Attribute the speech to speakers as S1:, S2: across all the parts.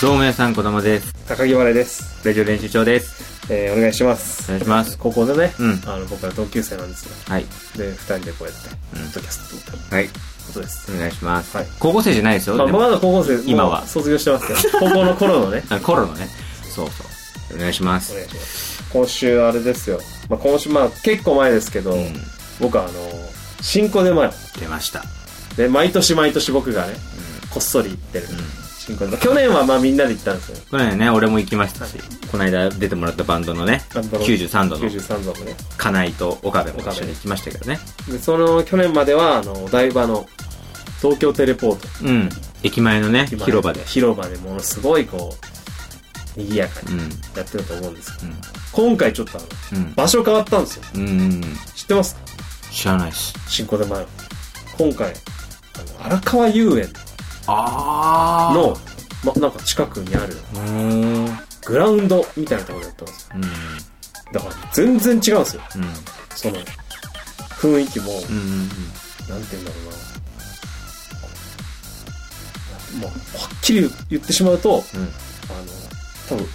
S1: どうも皆さん、こだまです。
S2: 高木原です。
S1: ラジオ練習長です。
S2: えー、お願いしま
S1: お
S2: す。
S1: 願いします。
S2: 高校のね、
S1: うん
S2: あの、僕ら同級生なんですよ。
S1: はい。
S2: で、二人でこうやって、
S1: うん
S2: ポッドキャスト撮ったこ
S1: はい。
S2: とです。
S1: お願いします。
S2: はい
S1: 高校生じゃないですよ。
S2: まあ、
S1: でも
S2: まだ高校生、
S1: 今
S2: もう
S1: は
S2: 卒業してますけど、高校の頃
S1: 、
S2: のね
S1: あコロのね。そうそう。お願いしま
S2: お
S1: す。
S2: 願いします。今週あれですよ。まあ、今週、まあ、結構前ですけど、
S1: うん。
S2: 僕はあの、新コで前、
S1: 出ました。
S2: で、毎年毎年僕がね、
S1: う
S2: こっそり行ってる。
S1: ん。うん。
S2: 新コで去年はまあみんなで行ったんですよ。
S1: これね、俺も行きましたし、この間出てもらったバンドのね、
S2: バンドの
S1: 93度の
S2: 93座もね。
S1: 金井と岡部も一緒に行きましたけどね。
S2: で、その去年までは、あの、お台場の東京テレポート。
S1: うん。駅前のね、
S2: 今
S1: 広場で。
S2: 広場でものすごいこう賑やかに
S1: うん。うん。
S2: やってると思うんですけど今回ちょっとあの
S1: うん。
S2: 場所変わったんですよ
S1: うん。うん。
S2: 知ってます
S1: 知らないっす。
S2: 新小玉の今回あの荒川遊園
S1: あー。
S2: のま、なんか近くにある
S1: うーん。
S2: グラウンドみたいなところだったんですよ
S1: うん。
S2: だから全然違うんですよ
S1: うん。
S2: その雰囲気も、
S1: うんうん
S2: なんて言うんだろうなもうはっきり言ってしまうと
S1: うん。うん。
S2: あの多分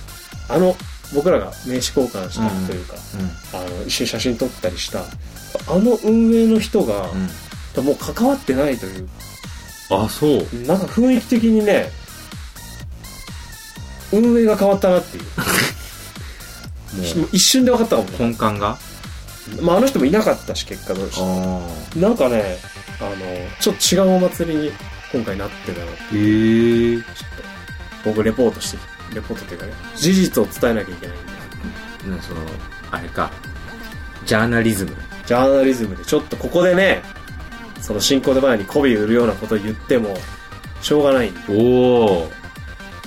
S2: あの僕らが名刺交換したというか、
S1: うん。
S2: あの一緒に写真撮ったりしたあの運営の人が、
S1: うん
S2: もう関わってないという
S1: あ、そう。
S2: なんか雰囲気的にね運営が変わったなっていう一瞬で分かったかも、
S1: 根幹があ
S2: まあ、あの人もいなかったし結果どうし
S1: あ。
S2: てなんかねあのちょっと違うお祭りに今回なってたの
S1: へえ。
S2: 僕レポートしてレポートっていうかね事実を伝えなきゃいけないんで
S1: ね、その、あれか。ジャーナリズム。
S2: ジャーナリズムでちょっとここでねその進行で前に媚び売るようなことを言ってもしょうがないんで
S1: おお。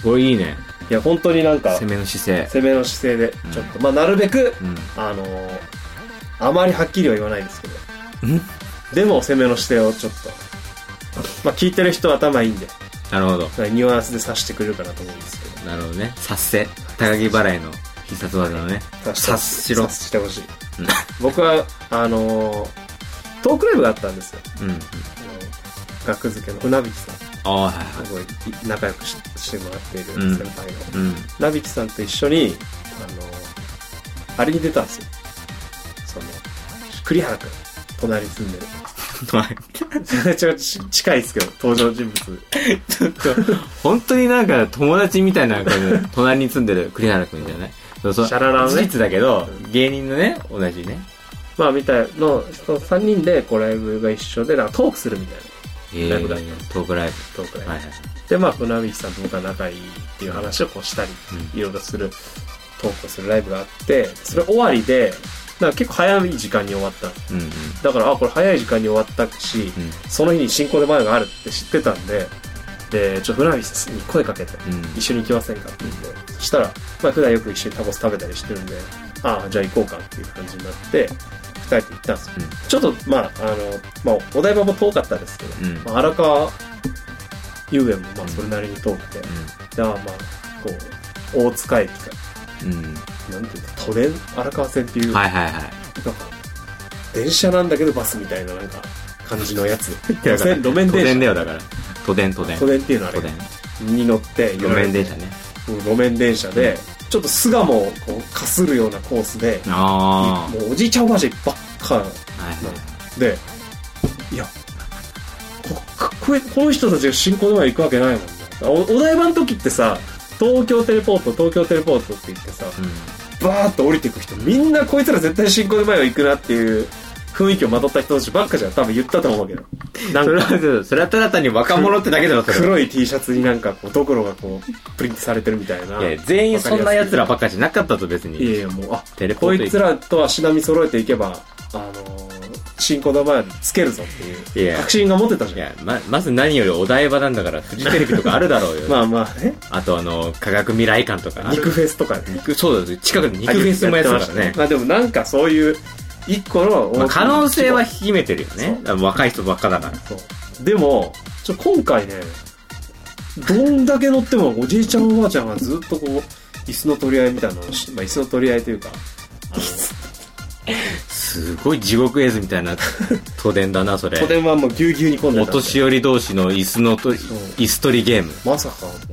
S1: これいいね。
S2: いや本当になんか
S1: 攻めの姿勢。
S2: 攻めの姿勢で
S1: うん
S2: ちょっと、まあなるべく
S1: うん。
S2: あのーあまりはっきりは言わないですけど
S1: ん
S2: でも攻めの姿勢をちょっとまあ聞いてる人は頭いいんで
S1: なるほど。
S2: ニュアンスで察してくれるかなと思うんですけど
S1: なるほどね。察せ。高木払いの必殺技のね。察しろ
S2: 察してほしい
S1: うん
S2: 僕はあのートークライブがあったんですよ
S1: うん。
S2: あの学付けの船引さん
S1: ああ、はいは
S2: すごい仲良くししてもらっている
S1: うん
S2: 先輩の、
S1: い。うん。
S2: ナビキさんと一緒に、あの、あれに出たんですよ。その、栗原くん、隣に住んでる。 ちょっとち近いですけど、登場人物。
S1: 本当になんか友達みたいな感じで、隣に住んでる栗原くんじゃないそうそう。
S2: シャララのね
S1: 事実だけど、芸人のね、同じね。
S2: まあ、みたいの、その3人でこうライブが一緒で、なんかトークするみたいな
S1: え
S2: ライブだ
S1: ー、トークライ
S2: トークラ
S1: ブ。
S2: イブ。
S1: はいはい。
S2: で、まあ、船引さんと僕は仲いいっていう話をこうしたり、
S1: うん
S2: いろいろする、トークをするライブがあって、それ終わりで、なんか結構早い時間に終わった。
S1: うんうん。
S2: だから、あ、これ早い時間に終わったし、
S1: うん。
S2: その日に進行で前があるって知ってたんで、で、ちょっと船岸に声かけて、
S1: うん
S2: 一緒に行きませんかって言って、そしたら、まあ普段よく一緒にタコス食べたりしてるんで、ああ、じゃあ行こうかっていう感じになって、二人で行ったんですよ。
S1: う
S2: ちょっと、まあ、あの、まあ、お台場も遠かったですけど、
S1: ん。うん
S2: まあ、荒川遊園もまあそれなりに遠くて、じゃあまあ、こう、大塚駅か、
S1: うん。
S2: なんていうの、都電荒川線っていう、
S1: はいはいはい。
S2: なんか、電車なんだけどバスみたいななんか、感じの やつ。路線路面
S1: 都
S2: 電車
S1: 電だ。よ、だから。都電、都電。
S2: 都電っていうのはあ
S1: 都
S2: れ
S1: 電。
S2: に乗って
S1: 路面電車ね。
S2: うん路面電車でちょっと巣鴨をこうかするようなコースで
S1: あ
S2: もうおじいちゃんおばあちゃんばっ
S1: あ。
S2: か
S1: はいはい。
S2: でいやここれこの人たちが新小沼行くわけないもんねおお台場の時ってさ東京テレポート東京テレポートって言ってさバーッと降りていく人みんなこいつら絶対新小沼へ行くなっていう雰囲気をまとった人たちばっかじゃん多分言ったと思うけどな
S1: うんん。
S2: か
S1: それは、それはただ単に若者ってだけだろ、それは。
S2: 黒い T シャツになんかこうドクロがこうプリントされてるみたいない
S1: や、全員そんな奴らばっかじゃなかったと、別
S2: いやい
S1: に。
S2: やもうあ
S1: テレポ
S2: こ
S1: ート
S2: いつらと足並み揃えていけばあのー、新小玉よりつけるぞって
S1: い
S2: いう
S1: や
S2: 確信が持てた
S1: い
S2: じゃん
S1: や、ま、まず何よりお台場なんだから、フジテレビと かあるだろうよ。
S2: まあまあね
S1: あとあの、科学未来館とかある。
S2: 肉フェスとかね
S1: 肉そうだよ、近くで肉フェスもやってましたね。
S2: まあでもなんかそういう一個の大きな
S1: まあ可能性は秘めてるよね
S2: そ。
S1: だから若い人ばっかだから。
S2: そうでもちょ今回ねどんだけ乗ってもおじいちゃんおばあちゃんがずっとこう椅子の取り合いみたいなのをし、まあ、椅子の取り合いというかあの
S1: すごい地獄絵図みたいな都電だな、それ
S2: 都。電はもうぎゅうぎゅうに混んで
S1: お
S2: たんで
S1: 年寄り同士の椅子のと、
S2: そう
S1: 椅子取りゲーム。
S2: まさかと思って、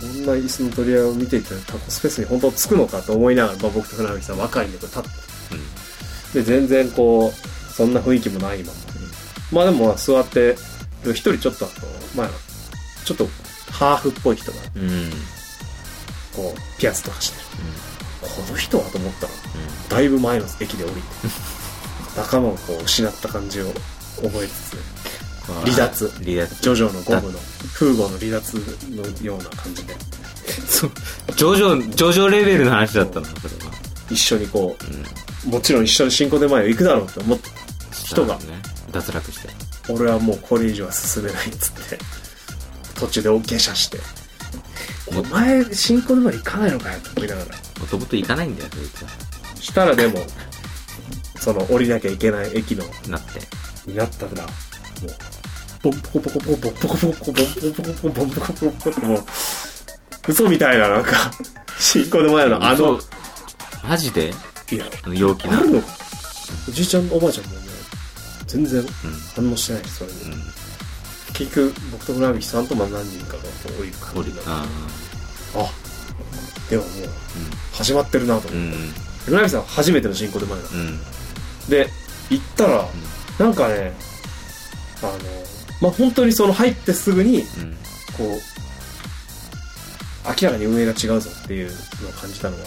S2: こんんな椅子の取り合いを見ていたらタコスペースに本当つくのかと思いながら、まあ、僕と船口さん若いんでこう立って、で全然こうそんな雰囲気もないまま、まあでもまあ座って一人ちょっとあのまあちょっとハーフっぽい人が
S1: うん。うん。
S2: こうピアスとかしてるこの人はと思ったらだいぶ前の駅で降りて仲間をこう失った感じを覚えつつ離脱
S1: 離脱。
S2: ジョジョのゴムのフーゴの離脱のような感じで
S1: そう。ジョジョ、ジョジョレベルの話だったの、それは。
S2: 一緒にこ
S1: うん。
S2: うもちろん一緒に新古で前を行くだろうって思って人
S1: な
S2: が
S1: るほどね。脱落して。
S2: 俺はもうこれ以上は進めないっつって途中で大下車して「お前新婚まで行かないのかよ」って思いながら
S1: もともと行かないんだよ、そいつは。
S2: したらでもその降りなきゃいけない駅の
S1: なって。
S2: になったらもうボンポコポコボンポコポコボンポコポコボンポコポコボンポコポコってもう嘘みたいななんか新婚の前のあの
S1: そう、マジで
S2: いや
S1: あの、陽気
S2: あ
S1: な。う
S2: る
S1: ん。
S2: のかおじいちゃんおばあちゃんもね全然反応してないそれに
S1: う
S2: 結局僕と村口さんとまあ何人かがこう降り
S1: ん。
S2: る感
S1: 俺
S2: じだ、
S1: あ
S2: あでももう始まってるなと
S1: ー
S2: 思
S1: う
S2: って、
S1: ん。うん。
S2: 村口さん初めての新婚で前だ
S1: うん。
S2: で行ったら、なんかねあのまあ本当にその入ってすぐに
S1: うん。
S2: こう明らかに運営が違うぞっていうのを感じたのは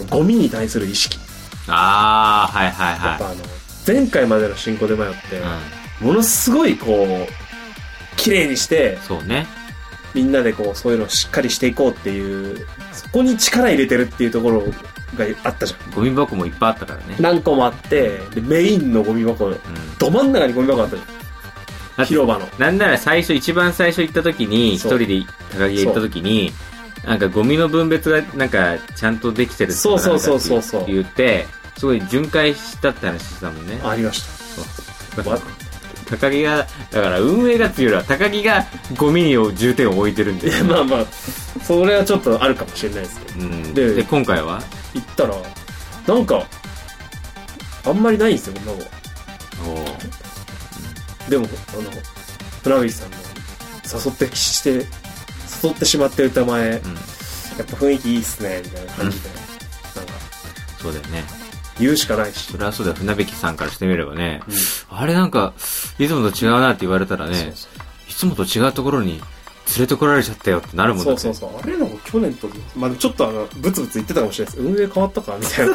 S1: うん。
S2: ゴミに対する意識
S1: ああ、はいはい
S2: やっ
S1: は
S2: ぱあの前回までの新婚で前って
S1: い。う
S2: ものすごいこう綺麗にして
S1: ん。そうね。
S2: みんなでこうそういうのをしっかりしていこうっていうそこに力入れてるっていうところがあったじゃん
S1: ゴミ箱もいっぱいあったからね。
S2: 何個もあってでメインのゴミ箱
S1: うん。
S2: ど真ん中にゴミ箱あったじゃ
S1: だ
S2: ん
S1: って
S2: 広場の
S1: なんなら最初、一番最初行った時に、一
S2: そ
S1: 人
S2: う
S1: で高木が行った時に、なんかゴミの分別がなんかちゃんとできてる
S2: そうそうそうそう
S1: なんかって言って、すごい巡回したって話してたもんね。
S2: ありまし
S1: そう
S2: たわ
S1: 高木が、だから運営がっていうよりは高木がゴミを重点を置いてるん
S2: い
S1: で。
S2: やまあまあそれはちょっとあるかもしれないですけど
S1: うん、で
S2: で
S1: 今回は
S2: 行ったらなんかあんまりないんですよゴミ箱でもあの船口さんの誘ってして誘ってしまってる歌前やっ
S1: うん、
S2: ぱ雰囲気いいっすねみたいな感じで、なんか
S1: そうだよね。
S2: 言うしかないし
S1: それはそうだよ。船引さんからしてみればね、
S2: うん
S1: あれなんか、いつもと違うなって言われたらね、
S2: そうそう
S1: いつもと違うところに連れてこられちゃったよってなるもん
S2: そ
S1: だっ
S2: う
S1: て
S2: そうそう。あれなんか去年と、まあちょっとあの、ブツブツ言ってたかもしれないです。運営変わったかみたいな。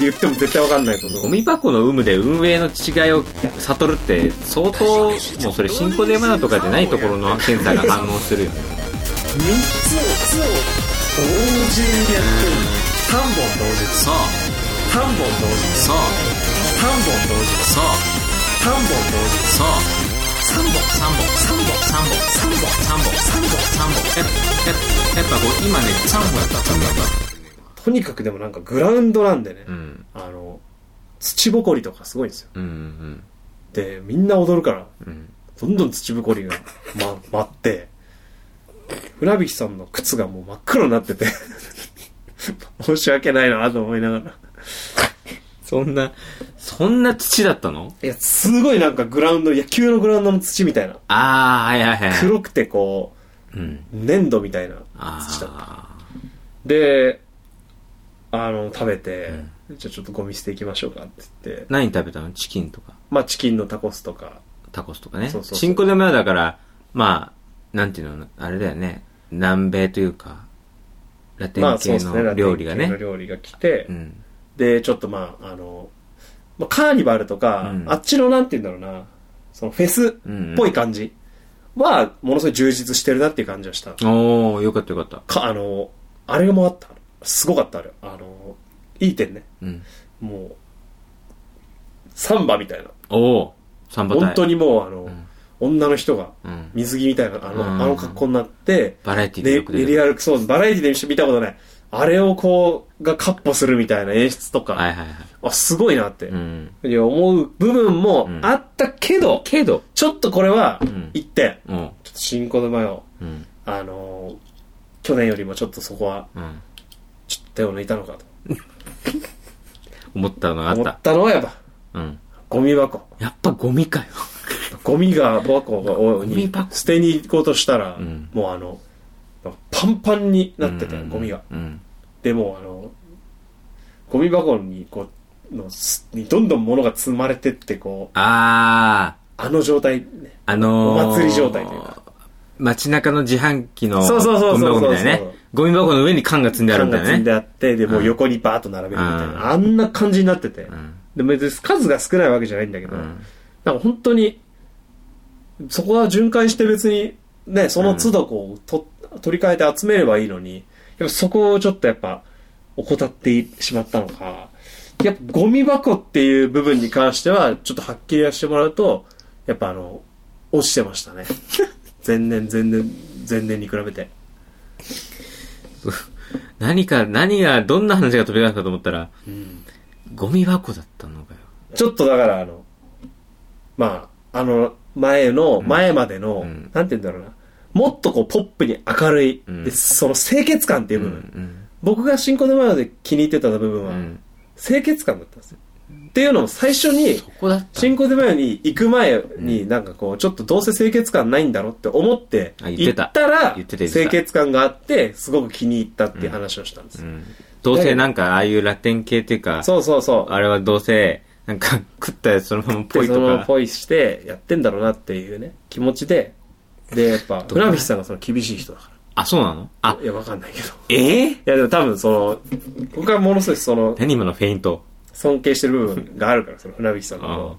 S2: 言っても絶対わかんないこと。
S1: ゴミ箱の有無で運営の違いを悟るって相当もうそれ新コデマナとかじゃないところのセンサーが反応するよね
S2: 3つを、同
S1: そうそうそう
S2: 時にやってる。3本同時です。3本同時です。3本同時です。3本同時です。
S1: そう
S2: 3本、3本、3本、3本、3本、3本、3本、3本。
S1: やっぱやっぱこう今ね3本だった3本だっ
S2: とにかくでもなんかグラウンドなんでね
S1: たう、ん
S2: あの、土ぼこりとかすごいんですよ。
S1: うんうん
S2: で、みんな踊るから、
S1: うんうん
S2: どんどん土ぼこりが、ま、舞って、船引さんの靴がもう真っ黒になってて、 申し訳ないなと思いながら。
S1: そんなそんな土だったの
S2: いや、すごいなんかグラウンド、野球のグラウンドの土みたいな。
S1: ああはいはいはい
S2: 黒くてこ
S1: うん
S2: う、粘土みたいな
S1: あ
S2: 土だった。
S1: あ
S2: で、あの、食べて、
S1: う
S2: じゃあちょっとゴミ捨ていきましょうかって言って、
S1: 何食べたのチキンとか
S2: まあチキンのタコスとか、
S1: タコスとかね。
S2: そうそうそう
S1: チンコでもだから、まあ、なんていうの、あれだよね。南米というか、ラテン
S2: まあそ
S1: 系
S2: うですね、
S1: の料理が
S2: ラテン系
S1: ね
S2: の。料理が来て、
S1: うん。
S2: で、ちょっとまあ、あの、まあ、カーニバルとか、
S1: うん
S2: あっちのなんて言うんだろうな、そのフェスっ
S1: うん。
S2: ぽい。感じは、ものすごい充実してるなっていう感じはした。
S1: おー、よかったよかった。
S2: か、あの、あれもあった。すごかった、あれ。あの、いい点ね。
S1: うん。
S2: もう、サンバみたいな。
S1: おー、サンバ隊。
S2: 本当
S1: に。
S2: にもう、あの、女の人が、
S1: うん。
S2: 水着みたいな、あの、
S1: うん
S2: あの格好になって、
S1: バラエティで
S2: で、
S1: よく出
S2: 練り
S1: る。
S2: 歩く、そう、バラエティで見たことない。あれをこう、がカッポするみたいな演出とか、
S1: はいはいはい。
S2: あ、すごいなって。
S1: うん。
S2: いや思う部分も
S1: うん
S2: あったけど、
S1: けど、
S2: ちょっとこれは
S1: うん
S2: 一点、
S1: うん。
S2: ちょっと新婚の前を、
S1: うん。
S2: あのー去年よりもちょっとそこは、
S1: うん。
S2: ちょっと手を抜いたのかと
S1: 思ったのがあっ
S2: 思
S1: た
S2: っ。たのはやっぱ、
S1: うん。
S2: ゴミ箱。
S1: やっぱゴミかよ。
S2: ゴミが箱
S1: ゴミ
S2: に
S1: 箱
S2: 捨てに行こうとしたら、
S1: うん
S2: もうあの、パンパンになってて、
S1: うん
S2: ゴミが。
S1: うん
S2: でもうあのゴミ箱にこうのすにどんどん物が積まれてってこう
S1: あ
S2: あの状態ね
S1: ああのー、
S2: お祭り状態というか
S1: 街中の自販機の
S2: そうそうそうそうそう
S1: ゴミ箱みたいなねゴミ箱の上に缶が積んであるん
S2: 缶
S1: だ
S2: が
S1: よ
S2: 積
S1: ね
S2: んであってでもう横にバーッと並べるみたいな、あんな感じになってて、
S1: うん
S2: で別に数が少ないわけじゃないんだけど、
S1: うん
S2: なんか本当にそこは巡回して別にねその都度こうと取り替えて集めればいいのにやっぱそこをちょっとやっぱ怠ってしまったのかやっぱゴミ箱っていう部分に関してはちょっとはっきりはしてもらうとやっぱあの落ちて ましたね前年前年前年に比べて
S1: 何か何がどんな話が飛び出すかと思ったらゴミ箱だったのかよ
S2: ちょっとだからあの、まあ、あの、前の、
S1: ん
S2: 前までの、
S1: うん
S2: なんて言うんだろうな、もっとこうポップに明るい、
S1: うん
S2: でその清潔感っていう
S1: う
S2: 部分、
S1: ん
S2: 僕が新婚の前で気に入ってた部分
S1: う
S2: は、
S1: ん
S2: 清潔感だったんですよ。っていうのも最初に
S1: そ、こだった
S2: 新婚の前に行く前に、
S1: うん
S2: なんかこう、ちょっとどうせ清潔感ないんだろうって思って、
S1: あ言ってた
S2: 行ったら、
S1: 言ってた言ってた
S2: 清潔感があって、すごく気に入ったっていう話をしたんです
S1: う
S2: よ。
S1: んどうせなんかああいうラテン系っていうか
S2: そうそうそう。
S1: あれはどうせなんか 食ったやつそのままぽ
S2: で
S1: い
S2: そのまま
S1: とか
S2: ポイしてやってんだろうなっていうね気持ちででやっぱ
S1: どうだ
S2: 船引さんがその厳しい人だか
S1: あそうなのあ
S2: らいやわかんないけどい
S1: ええ
S2: やでも多分その僕はものすごいその
S1: 何今のフェイント
S2: 尊敬してる部分があるからその船引さんのこ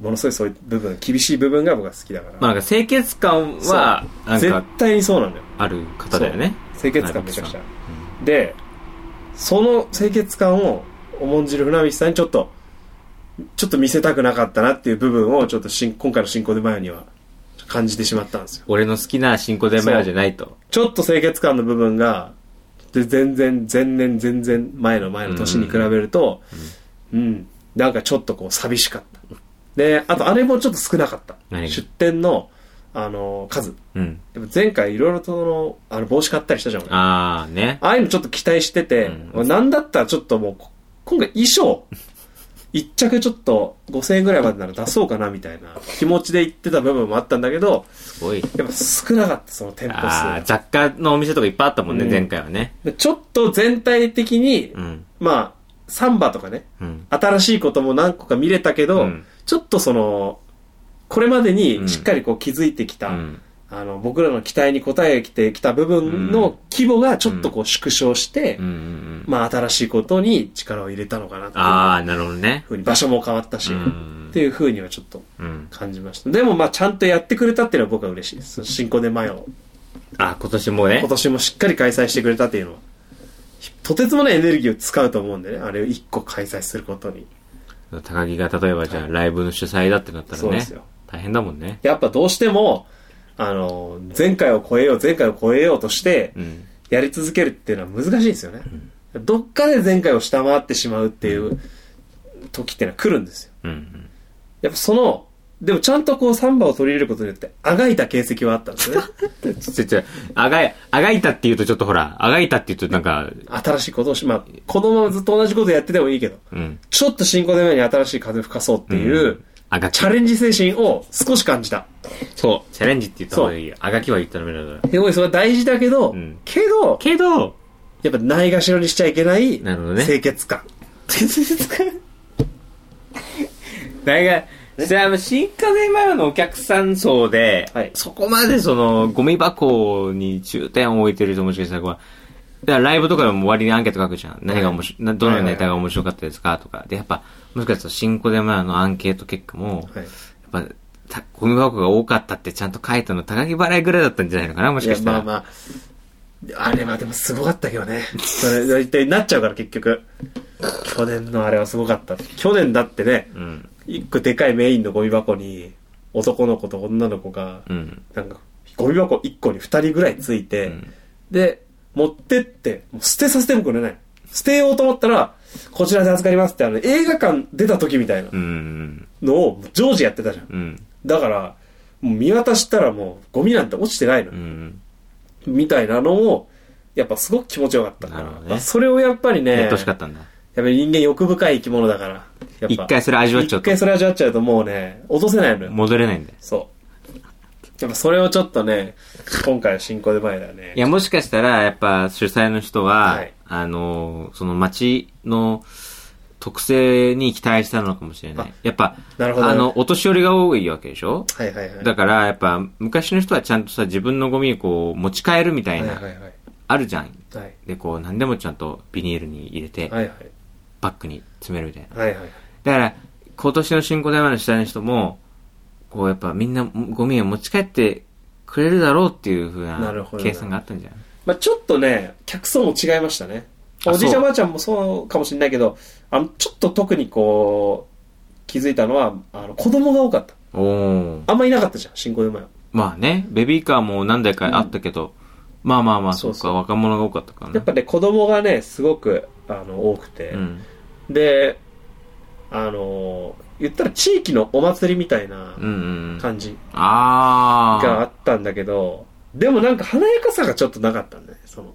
S2: うものすごいそういう部分厳しい部分が僕は好きだから、
S1: まあなんか清潔感はなん
S2: 絶
S1: か
S2: 対にそうなんだよ
S1: ある方だよね
S2: 清潔感めちゃくちゃ
S1: 船
S2: でその清潔感を重んじる船引さんにちょっとちょっと見せたくなかったなっていう部分をちょっとしん今回の進行で前には感じてしまったんですよ
S1: 俺の好きな新古典マヨじゃないと
S2: ちょっと清潔感の部分が、で全然、前年、全然前の前の年に比べると、うん、なんかちょっとこう寂しかった。で、あとあれもちょっと少なかった。
S1: 何が
S2: 出店の、あの、数。
S1: うん
S2: でも前回いろいろとその、あの、帽子買ったりしたじゃん。俺あ
S1: ああね
S2: あいうのちょっと期待してて、
S1: うん
S2: なんだったらちょっともう、こ今回衣装、一着ちょっと5000円ぐらいまでなら出そうかなみたいな気持ちで言ってた部分もあったんだけど、
S1: すごい
S2: やっぱ少なかった、その店舗数
S1: あ
S2: が
S1: あ。雑貨のお店とかいっぱいあったもんね
S2: うん
S1: 前回はね
S2: でちょっと全体的に、
S1: うん
S2: まあ、サンバとかね、
S1: うん
S2: 新しいことも何個か見れたけど、
S1: うん
S2: ちょっとその、これまで
S1: う
S2: に
S1: ん
S2: しっかりこう気づいてきた、
S1: うん
S2: あの、僕らの期待に応えてきた部分の規模がちょっとこう縮小して、
S1: うんうんうん
S2: まあ新しいことに力を入れたのかなって
S1: あ
S2: い
S1: あなるほどね
S2: うふうに、場所も変わったし、
S1: うん
S2: っていうふうにはちょっと
S1: うん
S2: 感じました。でもまあちゃんとやってくれたっていうのは僕は嬉しいです。新婚で前を
S1: あ今年もね
S2: 今年もしっかり開催してくれたっていうのは、とてつもないエネルギーを使うと思うんでね、あれを1個開催することに。
S1: 高木が例えばじゃあライブの主催だってなったら
S2: そうで
S1: ね
S2: すよ
S1: 大変だもんね
S2: やっぱどうしても、あの、前回を超えよう、前回を超えようとして
S1: う、ん
S2: やり続けるっていうのは難しいんですよね。どっかで前回を下回ってしまうっていう時っていうのは来るんですよ。
S1: うんうん
S2: やっぱその、でもちゃんとこうサンバを取り入れることによって、あがいた形跡はあったんですよね。
S1: ちょちょあがいあがいたって言うとちょっとほらあがいたって言うとなんか
S2: 新しいことをし、まあ、このままずっと同じことやっててもいいけど、
S1: うん
S2: ちょっと進行で前に新しい風吹かそうっていう、
S1: んあがき
S2: チャレンジ精神を少し感じた。
S1: そうチャレンジって言った方がいいよあがきは言ったらダメだから
S2: すごいそれは大事だけど、
S1: うん
S2: けど、
S1: けど
S2: やっぱないがしろにしちゃいけない
S1: なるほどね
S2: 清潔感。
S1: なんか、じゃあ、新家電マヨのお客さん層で、
S2: はい
S1: そこまでその、ゴミ箱に重点を置いてる人もしかしたらこう、だからライブとかでも割にアンケート書くじゃん。何が面白い、などのネタが面白かったですかとか。で、やっぱ、もしかしたら新家電マヨのアンケート結果も、
S2: はい
S1: やっぱ、たゴミ箱が多かったってちゃんと書いたの高木払いぐらいだったんじゃないのかなもし
S2: い
S1: か
S2: や、
S1: した
S2: ま
S1: ら。
S2: あまあ、あれはでもすごかったけどね。それ、一体なっちゃうから結局。去年のあれはすごかった。去年だってね、
S1: うん。
S2: 一個でかいメインのゴミ箱に、男の子と女の子が、
S1: うん。
S2: なんか、ゴミ箱一個に二人ぐらいついて、で、持ってって、もう捨てさせてもくれない。捨てようと思ったら、こちらで預かりますって、あの、映画館出た時みたいな
S1: うん。
S2: のを、常時やってたじゃん。
S1: うん。
S2: だから、もう見渡したらもう、ゴミなんて落ちてないの。
S1: うん。
S2: みたいなのを、やっぱすごく気持ちよかったか
S1: なる
S2: ら
S1: ほ。どね
S2: それをやっぱり
S1: や
S2: ね、
S1: ってほしか
S2: やっ
S1: ったんだ。
S2: ぱり人間欲深い生き物だから。やっぱ
S1: 一回それ味わっちゃうと
S2: 一回それ味わっちゃうともうね、落とせないのよ。
S1: 戻れないんだよ。
S2: そう。やっぱそれをちょっとね、今回の進行で前だね。
S1: いや、もしかしたら、やっぱ主催の人は、
S2: はい
S1: あの、その町の特性に期待したのかもしれない。やっぱ、
S2: なるほどね
S1: あの、お年寄りが多いわけでしょ
S2: はいはいはい。
S1: だから、やっぱ、昔の人はちゃんとさ、自分のゴミをこう、持ち帰るみたいな、
S2: はいはいはい。
S1: あるじゃん。
S2: はい
S1: で、こう、何でもちゃんとビニールに入れて、
S2: はいはい。
S1: バッグに詰めるみたいな。
S2: はいはい。
S1: だから、今年の新小玉の主催の人も、こう、やっぱみんなゴミを持ち帰ってくれるだろうっていうふう
S2: なる
S1: な
S2: ほど
S1: 計算があったんじゃない
S2: まあちょっとね、客層も違いましたね。
S1: あ
S2: おじいち
S1: そ
S2: ゃ
S1: うん
S2: ばあちゃんもそうかもしれないけど、あの、ちょっと特にこう、気づいたのは、あの、子供が多かった。
S1: おおー。
S2: あんまいなかったじゃん、新婚で前は。
S1: まあね、ベビーカーも何台かあったけど、まあまあまあ、そ
S2: そうう
S1: か、
S2: そう
S1: 若者が多かったからね。
S2: やっぱね、子供がね、すごく、あの、多くて。
S1: うん。
S2: で、あの、言ったら地域のお祭りみたいな
S1: うんうんうん。
S2: 感じ
S1: あ
S2: があ
S1: あ。
S2: ったんだけど、でもなんか華やかさがちょっとなかったんだね、その。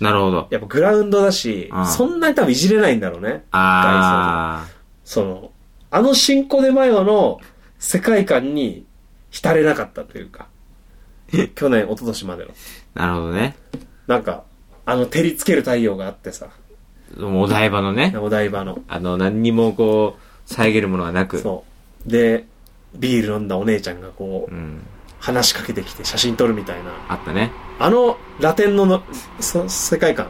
S1: なるほど。
S2: やっぱグラウンドだし
S1: うん、
S2: そんなに多分いじれないんだろうね。
S1: ああ。
S2: その、あの新コデマヨの世界観に浸れなかったという か、去年、一昨年までの。
S1: なるほどね。
S2: なんか、あの照りつける太陽があってさ、
S1: お台場のね、
S2: お台場の。
S1: あの、何にもこう、遮るものはなく。
S2: そう。で、ビール飲んだお姉ちゃんがこう、
S1: ん。
S2: 話しかけてきて写真撮るみたいな。
S1: あったね。
S2: あのラテンののそ世界観。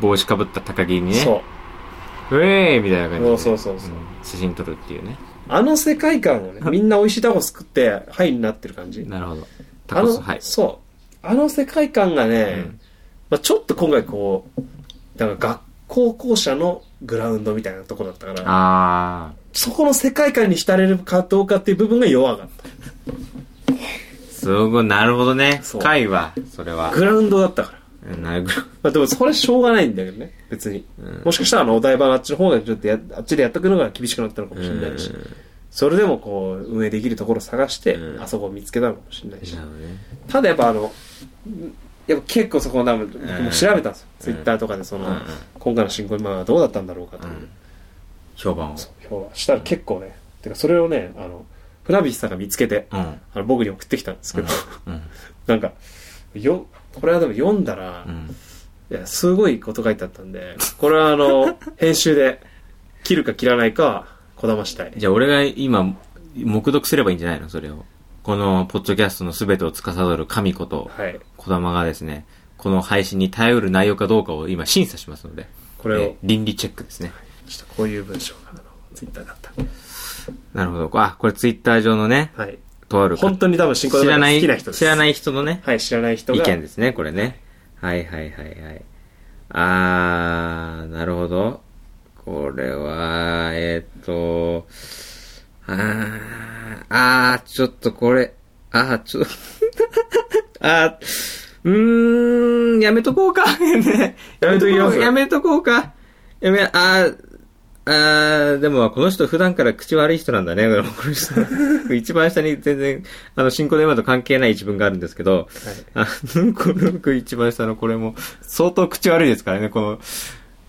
S1: 帽子かぶった高木にね。
S2: そう。
S1: う。ウェーイみたいな感じで。
S2: そうそうそうそうん
S1: 写真撮るっていうね。
S2: あの世界観をね、みんな美味しいタコス食って、ハイになってる感じ。
S1: なるほど。タ
S2: あ
S1: コ
S2: の、
S1: ス、はい。
S2: そう。あの世界観がね、
S1: うん
S2: まあ、ちょっと今回こう、だから学校校舎のグラウンドみたいなとこだったから、
S1: あ
S2: そこの世界観に浸れるかどうかっていう部分が弱かっ
S1: ー。すごい、なるほどね。
S2: そう
S1: 深いわ、それ
S2: た。
S1: は。
S2: グラウンドだったから。
S1: うんなるほど
S2: まあ、でもそれしょうがないんだけどね、別に。
S1: うん
S2: もしかしたらあのお台場のあっちの方がちょっとや、あっちでやっとくのが厳しくなったのかもしれないし
S1: うん、
S2: それでもこう、運営できるところを探して、
S1: うん
S2: あそこを見つけたのかもしれないし
S1: な。るほどね。
S2: ただやっぱあの、やっぱ結構そこを多分、僕も調べたんですよ。
S1: ん
S2: ツイッターとかでその、
S1: うんうん
S2: 今回の新婚今はどうだったんだろうかと
S1: う。
S2: いうん
S1: 評判を。
S2: 評価したら結構ね、てかそれをね、あの、船引さんが見つけて、
S1: うん。
S2: あの僕に送ってきたんですけど、
S1: うん。
S2: なんか、よ、これはでも読んだら、
S1: うん。
S2: いや、すごいこと書いてあったんで、これはあ の、編集で、切るか切らないかは、こだましたい。
S1: じゃあ俺が今、目読すればいいんじゃないのそれを。この、ポッドキャストの全てを司る神こと、
S2: はい。
S1: 児玉がですね、この配信に頼る内容かどうかを今審査しますので、
S2: これを
S1: えー倫理チェックですね。
S2: ちょっとこういう文章が、あの、ツイッターだったんで。
S1: なるほど。あ、これツイッター上のね、
S2: はい。
S1: とある
S2: 本当に多分新婚
S1: 知ら
S2: の
S1: な
S2: 好
S1: い
S2: きな人です。。
S1: 知らないい人のね、
S2: はい、知らない人が。
S1: 意見ですね、これね。はいはいはいはい。あー、なるほど。これは、えーっと、あー、あー、ちょっとこれ、あー、ちょっ と、あー、うーん、やめとこうか。 ね
S2: やめときます
S1: やめとこうか。やめ、あー、あーでも、この人普段から口悪い人なんだね。この人一番下に全然、あの、新婚電話と関係ない一文があるんですけど、あの、この一番下のこれも、相当口悪いですからね、この、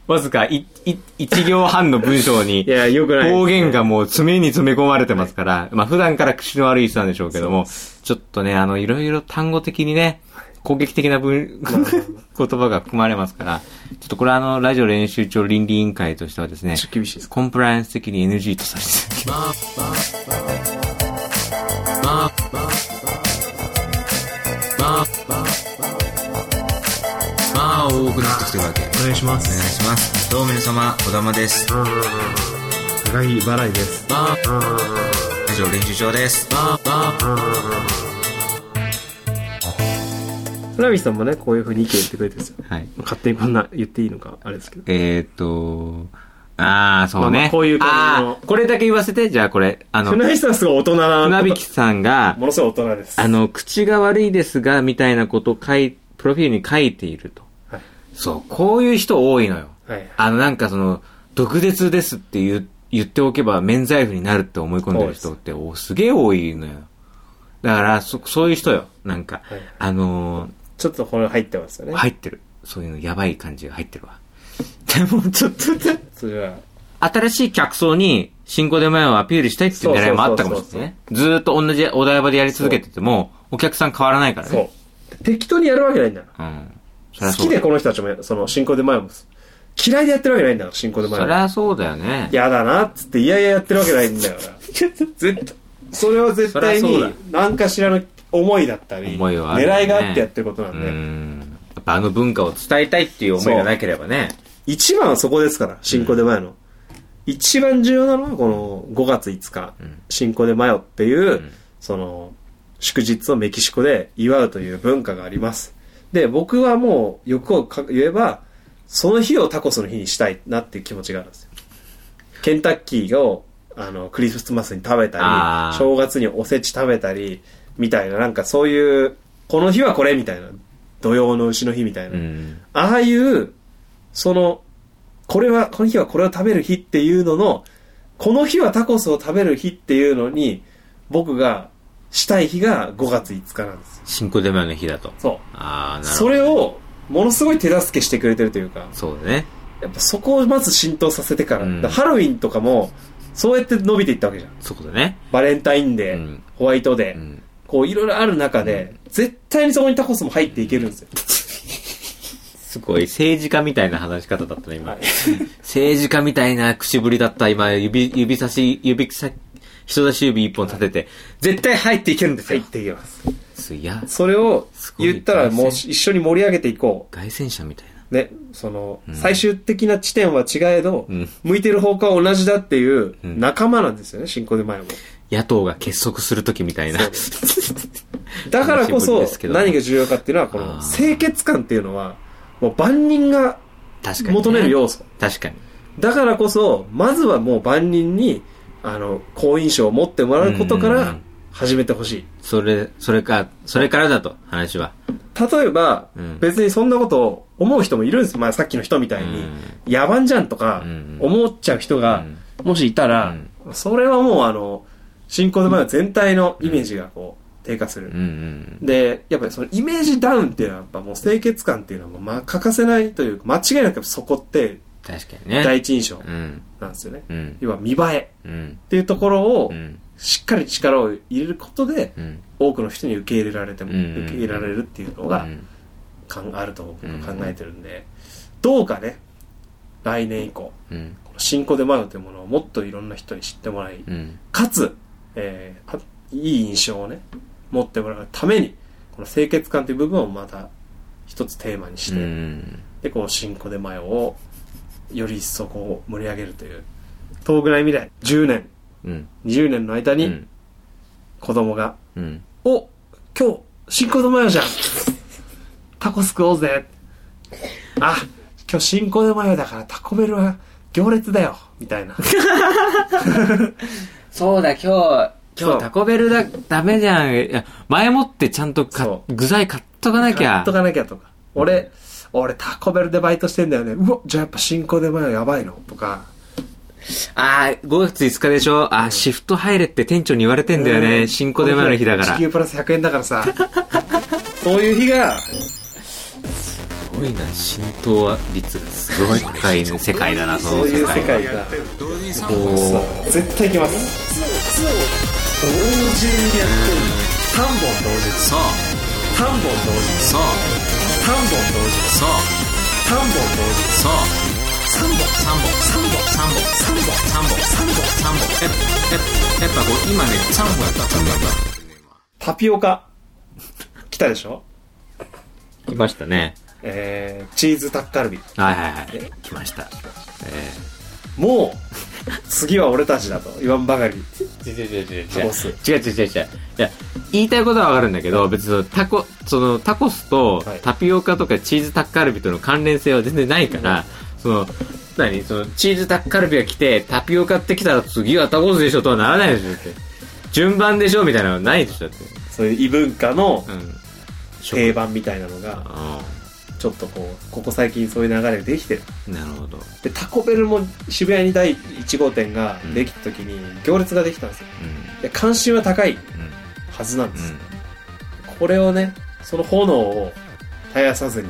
S1: わずかいい一行半の文章に
S2: い、や、よくないですね。
S1: 方言がもう詰めに詰め込まれてますから、まあ普段から口の悪い人なんでしょうけども、ちょっとね、あの、いろいろ単語的にね、攻撃的な文、
S2: まあまあ
S1: 言葉が含まれますから、ちょっとこれはあの、ラジオ練習長倫理委員会としてはですね
S2: ちょっ、と厳しいですか
S1: コンプライアンス的に NG とさせていただきます。
S3: まあ多くなってきてるわけお願いしますお願いしますどうも皆様小玉です高木払いですラジオ練習場です
S2: 船見さんもね、こういう風に意見言ってくれてるんですよ。
S1: はい。
S2: 勝手にこんな言っていいのか、あれですけど。
S1: えーっと、ああ、そう
S2: まあま
S1: ね。
S2: あこういう感じの
S1: ああ、これだけ言わせて、じゃあこれ。あの、
S2: 船見さんはすごい大人な。
S1: 船引さんが、
S2: ものすごい大人です。
S1: あの、口が悪いですが、みたいなことを書い、プロフィールに書いていると。
S2: はい。
S1: そう、こういう人多いのよ。
S2: はい。
S1: あの、なんかその、毒舌ですって言う言っておけば免罪符になるって思い込んでる人って、おすげえ多いのよ。だから、そ、そういう人よ。なんか、
S2: はい
S1: あのー
S2: ちょっとこれ入ってますよね。
S1: 入ってる。そういうの、やばい感じが入ってるわ。でも、ちょっと、
S2: それは、
S1: 新しい客層に、新興で前をアピールしたいっていう狙いもあったかもしれないね。ずーっと同じお台場でやり続けてても、お客さん変わらないからね。
S2: そう。適当にやるわけないんだか
S1: う。ん。そり
S2: ら。
S1: ゃ
S2: 好
S1: そ
S2: き
S1: うだ
S2: でこの人たちも、その、進行で前も、嫌いでやってるわけないんだから、進行で前
S1: そり
S2: も。
S1: ゃそうだよね。
S2: 嫌だな、っつって、いやいややってるわけないんだから。 絶対、それは絶対
S1: そりゃそう
S2: に、何かしらの思いだったり、
S1: 思いはあるよね
S2: 狙いがあってやってることな
S1: うん
S2: で、
S1: ん。やっぱあの文化を伝えたいっていう思いがなければね。
S2: 一番はそこですから、進行で前の。一番重要なのは、この、5月5日
S1: ん、
S2: 進行で前よっていう、
S1: ん
S2: その、祝日をメキシコで祝うという文化があります。で、僕はもう、欲をか言えば、その日をタコスの日にしたいなっていう気持ちがあるんですよ。ケンタッキーを、あの、クリスマスに食べたり
S1: あー、
S2: 正月におせち食べたり、みたいな、なんかそういう、この日はこれみたいな、土曜の牛の日みたいな。
S1: うん。
S2: ああいう、その、これは、この日はこれを食べる日っていうのの、この日はタコスを食べる日っていうのに、僕がしたい日が5月5日なんですよ。
S1: 新古デマの日だと。
S2: そ
S1: ああ、
S2: う。
S1: なる
S2: そ
S1: ほど。
S2: れを、ものすごい手助けしてくれてるというか、
S1: そうだね。
S2: やっぱそこをまず浸透させてから、
S1: うん
S2: だからハロウィンとかも、そうやって伸びていったわけじゃん。
S1: そうだね。
S2: バレンタインデー、
S1: うん
S2: ホワイトデ
S1: う
S2: ー、
S1: ん。
S2: こういろいろある中で、絶対にそこにタコスも入っていけるんですよ。
S1: すごい政治家みたいな話し方だったね、今
S2: はい。
S1: 政治家みたいな口ぶりだった、今、指、指差し、指先、人差し指一本立てて、絶対入っていけるんです
S2: 入
S1: よ
S2: っ。ていけます。
S1: すいや、
S2: それを言ったらもう一緒に盛り上げていこ
S1: 外戦車みたいな。
S2: う。ね、その、
S1: うん
S2: 最終的な地点は違えど、
S1: うん
S2: 向いてる方向は同じだっていう
S1: うん
S2: 仲間なんですよね、進行で前も。
S1: 野党が結束するときみたいな。
S2: だからこ
S1: 久しぶり
S2: そ
S1: ですけ、ど
S2: 何が重要かっていうのは、この
S1: あー
S2: 清潔感っていうのは、もう万人が
S1: 確かに、ね。
S2: 求める。要素。
S1: 確かに。
S2: だからこそ、まずはもう万人に、あの、好印象を持ってもらうことか
S1: うんうんう
S2: ら
S1: ん
S2: 始めてほしい。
S1: それ、それか、それからだと、話は。
S2: 例えば、
S1: うん
S2: 別にそんなことを思う人もいるんです。まあさっきの人みたいに、野蛮じゃんとか
S1: うん
S2: 思っちゃう人が、もしいたら、それはもうあの、進行の前は全体のイメージがこう、低下す
S1: うんう
S2: る。
S1: ん。
S2: で、やっぱりそのイメージダウンっていうのはやっぱもう清潔感っていうのはもうまあ欠かせないというか、間違いなくそこって
S1: 確かにね。
S2: 第一印象
S1: うん。
S2: なんですよね。
S1: うん。
S2: 要は見栄え
S1: うん。
S2: っていうところを
S1: う、ん。
S2: しっかり力を入れることで、
S1: うん。
S2: 多くの人に受け入れられても、
S1: うん
S2: 受け入れられるっていうの
S1: う
S2: が、
S1: ん
S2: かんあると僕は考えてるんで、どうかね、来年以降、
S1: うん。
S2: この新コデマヨというものをもっといろんな人に知ってもらい、
S1: うん。
S2: かつ、えーあいい印象をね、持ってもらうために、この清潔感という部分をまた一つテーマにして、
S1: うん。
S2: で、こう、新コデマヨをより一層こう盛り上げるという、遠くない未来、10年、
S1: うん。
S2: 20年の間
S1: う
S2: に
S1: ん。
S2: 子供が、
S1: うん。
S2: お今日、新コデマヨじゃんタコス食おうぜあ、今日新コデマヨだからタコベルは行列だよみたいな。
S1: そうだ、今日、今
S2: そう
S1: 日タコベルだ、ダメじゃん。いや、前もってちゃんと買っ
S2: そ
S1: 具材買っとかなき
S2: 買
S1: ゃ
S2: っと。かなきゃとか。俺、俺タコベルでバイトしてんだよね。うわ、じゃあやっぱ新コデマヨやばいのとか。
S1: あー、5月5日でしょあー、シフト入れって店長に言われてんだよ
S2: う
S1: ね。新コデマの日だから。
S2: 地
S1: す
S2: 球プラス100円だからさ。そういう日が、
S1: ごいな、浸透率がすごい高いね世界だな、そ
S2: そ
S1: の
S2: うい
S1: 世
S2: う世
S1: 界。
S2: 界が。
S3: 同時に3
S1: こ
S3: 本
S1: う
S2: 絶対行きます。同時にやってる。3本同時。
S3: そう
S2: 3本同時。
S3: そう
S2: 3本同時。
S3: そう
S2: 3本同時。
S3: そう3本3本3本3本3本3本3本3本ええやっぱこう今ね3本やった3本やった
S2: タピオカ。 来たでしょ
S1: 来ましたね。
S2: えー、チーズタッカルビ。
S1: はいはいはい。来ました。
S2: もう、次は俺たちだと言わんばかりに。
S1: 違う違う違う違う
S2: タコス
S1: 違う違う違う違ういや言いたいことはわかるんだけど別にそのタコそのタコスと
S2: はい
S1: タピオカとかチーズタッカルビとの関連性は全然ないから、その何そのチーズタッカルビが来てタピオカって来たら次はタコスでしょとはならないでしょって順番でしょみたいなのはないでしょだって
S2: そういう異文化の
S1: うん
S2: 定番みたいなのが、
S1: う
S2: ちょっとこう、ここ最近そういう流れができてる。
S1: んなるほど
S2: で、タコベルも渋谷に第1号店ができた時に行列ができたんですよ。
S1: う
S2: で、関心は高い
S1: ん
S2: はずなんで
S1: うん
S2: す。
S1: うん
S2: これをね、その炎を絶やさずに、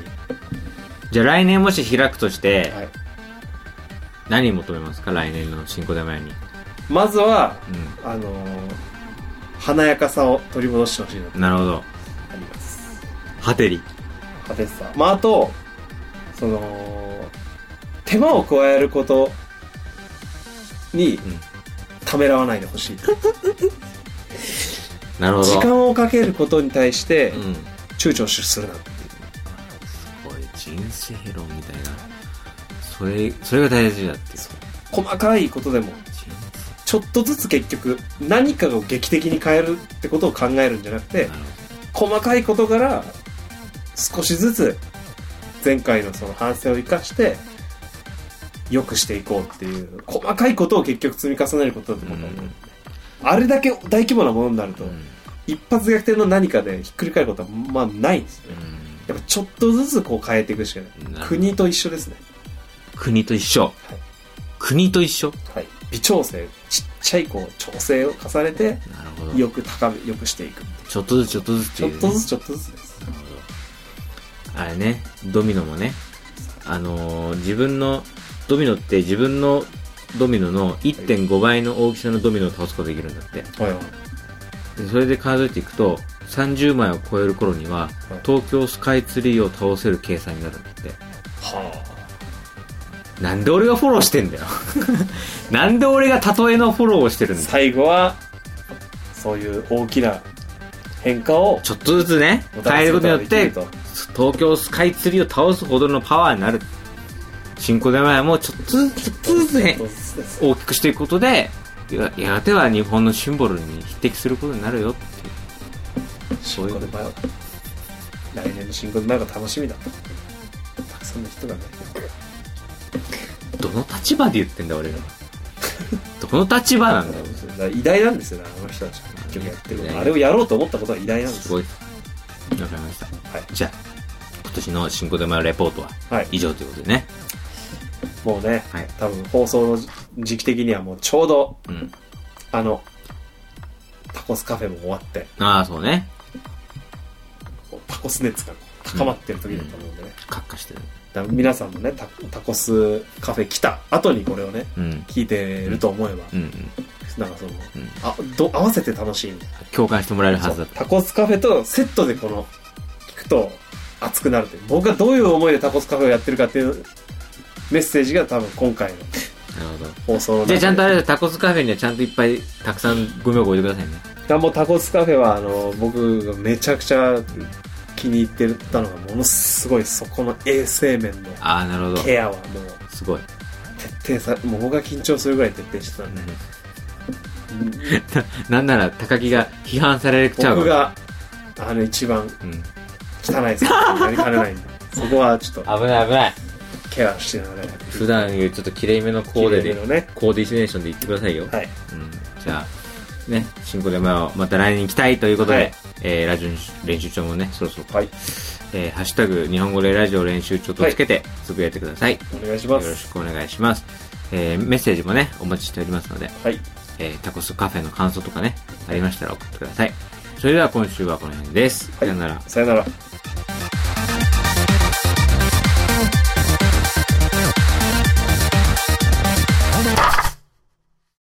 S1: じゃあ来年もし開くとして
S2: はい
S1: 何求めますか来年の新小玉屋に、
S2: まずは、
S1: う
S2: あのー華やかさを取り戻してほしいなと。
S1: ん、なるほど
S2: あります
S1: ハテリ。
S2: 派手さまああとその手間を加えることに
S1: ん
S2: ためらわないでほしい
S1: なるほど。
S2: 時間をかけることに対して
S1: うん。
S2: 躊躇するなっていう
S1: これ人生論みたいな。それ、それが大事だって。
S2: そう細かいことでも
S1: 人
S2: ちょっとずつ結局何かを劇的に変えるってことを考えるんじゃなくて
S1: 生なるほ
S2: 細かいことから少しずつ前回のその反省を生かして良くしていこうっていう細かいことを結局積み重ねることだと思うんだよねあれだけ大規模なものになると、
S1: ど。うん。
S2: 一発逆転の何かでひっくり返ることはまあないんですよやっぱちょっとずつこう変えていくしかない
S1: うんなるほど
S2: 国と一緒ですね
S1: 国と一緒、国と一緒
S2: はい微調整ちっちゃいこう調整を重ねて
S1: なるほど
S2: よく高めよくしていく
S1: ちょっとずつちょっとずつ
S2: ちょっとずつ
S1: つ
S2: ちょっとずつです
S1: あれねドミノもねあのー自分のドミノって自分のドミノの1.5倍の大きさのドミノを倒すことができるんだって
S2: はいはい
S1: でそれで数えていくと30枚を超える頃には東京スカイツリーを倒せる計算になるんだって
S2: は
S1: なんで俺がフォローしてん だよなんで俺が例えのフォローをしてる
S2: あ
S1: んだ
S2: 最後はそういう大きな変化を
S1: ちょっとずつね変え
S2: お互い
S1: ることによって
S2: と
S1: 東京スカイツリーを倒すほどのパワーになる新小玉屋もちょっとずつちょっとずつね
S2: ちょっとずつです
S1: 大きくしていくことでややがては日本のシンボルに匹敵することになるよっていう
S2: 新婚で迷う来年の新婚でなんか楽しみだとたくさんの人がね
S1: どの立場で言ってんだ 俺らはどの立場なんだよ
S2: だから偉大なんですよねあの人たちは結局やってること
S1: 偉大
S2: あれをやろうと思ったことは偉大なんですす
S1: ご
S2: よ
S1: いわかりました、
S2: はい
S1: じゃあ今年の新小玉屋レポートは
S2: はい
S1: 以上ということでね
S2: もうね、
S1: はい
S2: 多分放送の時期的にはもうちょうど
S1: うん
S2: あのタコスカフェも終わって
S1: ああそうね
S2: こうタコス熱が高まってる時だと思うんでね、
S1: カッカしてる
S2: だから皆さんもねタタコスカフェ来た後にこれをね
S1: うん
S2: 聞いてると思えば、
S1: うんうん
S2: なんかその、
S1: うん
S2: あど合わせて楽しいみたいな
S1: 共感してもらえるはずだ
S2: タコスカフェとセットでこの聞くと熱くなるという僕がどういう思いでタコスカフェをやってるかっていうメッセージが多分今回の
S1: なるほど
S2: 放送の中
S1: じゃ
S2: で
S1: あちゃんとあれだタコスカフェにはちゃんといっぱいたくさんゴミ箱置いてくださいね
S2: ガンボタコスカフェはあの僕がめちゃくちゃ気に入ってたのがものすごいそこの衛生面の
S1: ああなるほど
S2: ケアはもう
S1: すごい
S2: 徹底さもう僕が緊張するぐらい徹底してたんで
S1: なんなら高木が批判され ちゃう
S2: 僕
S1: から
S2: があの一番
S1: うん、危
S2: 汚いスカフェになりかねないんでそこはちょっと
S1: ない危ない
S2: ケアしてながらやって
S1: 普段よりちょっときれいめのコーデ
S2: 綺
S1: で
S2: 麗めのね
S1: コーディネーションで言ってくださいよ、
S2: はい
S1: うん、じゃあね新婚でままた来年行きたいということで、
S2: はい
S1: えーラジオ練習帳もねそろそろ、
S2: はい
S1: えーハッシュタグ日本語でラジオ練習帳とつけてつぶやいてください、
S2: お願いしま
S1: よろし
S2: す
S1: くお願いします、えーメッセージもねお待ちしておりますので
S2: はい
S1: えータコスカフェの感想とかね、ありましたら送ってください。それでは今週はこの辺です。さ
S2: はい
S1: よなら。
S2: さよなら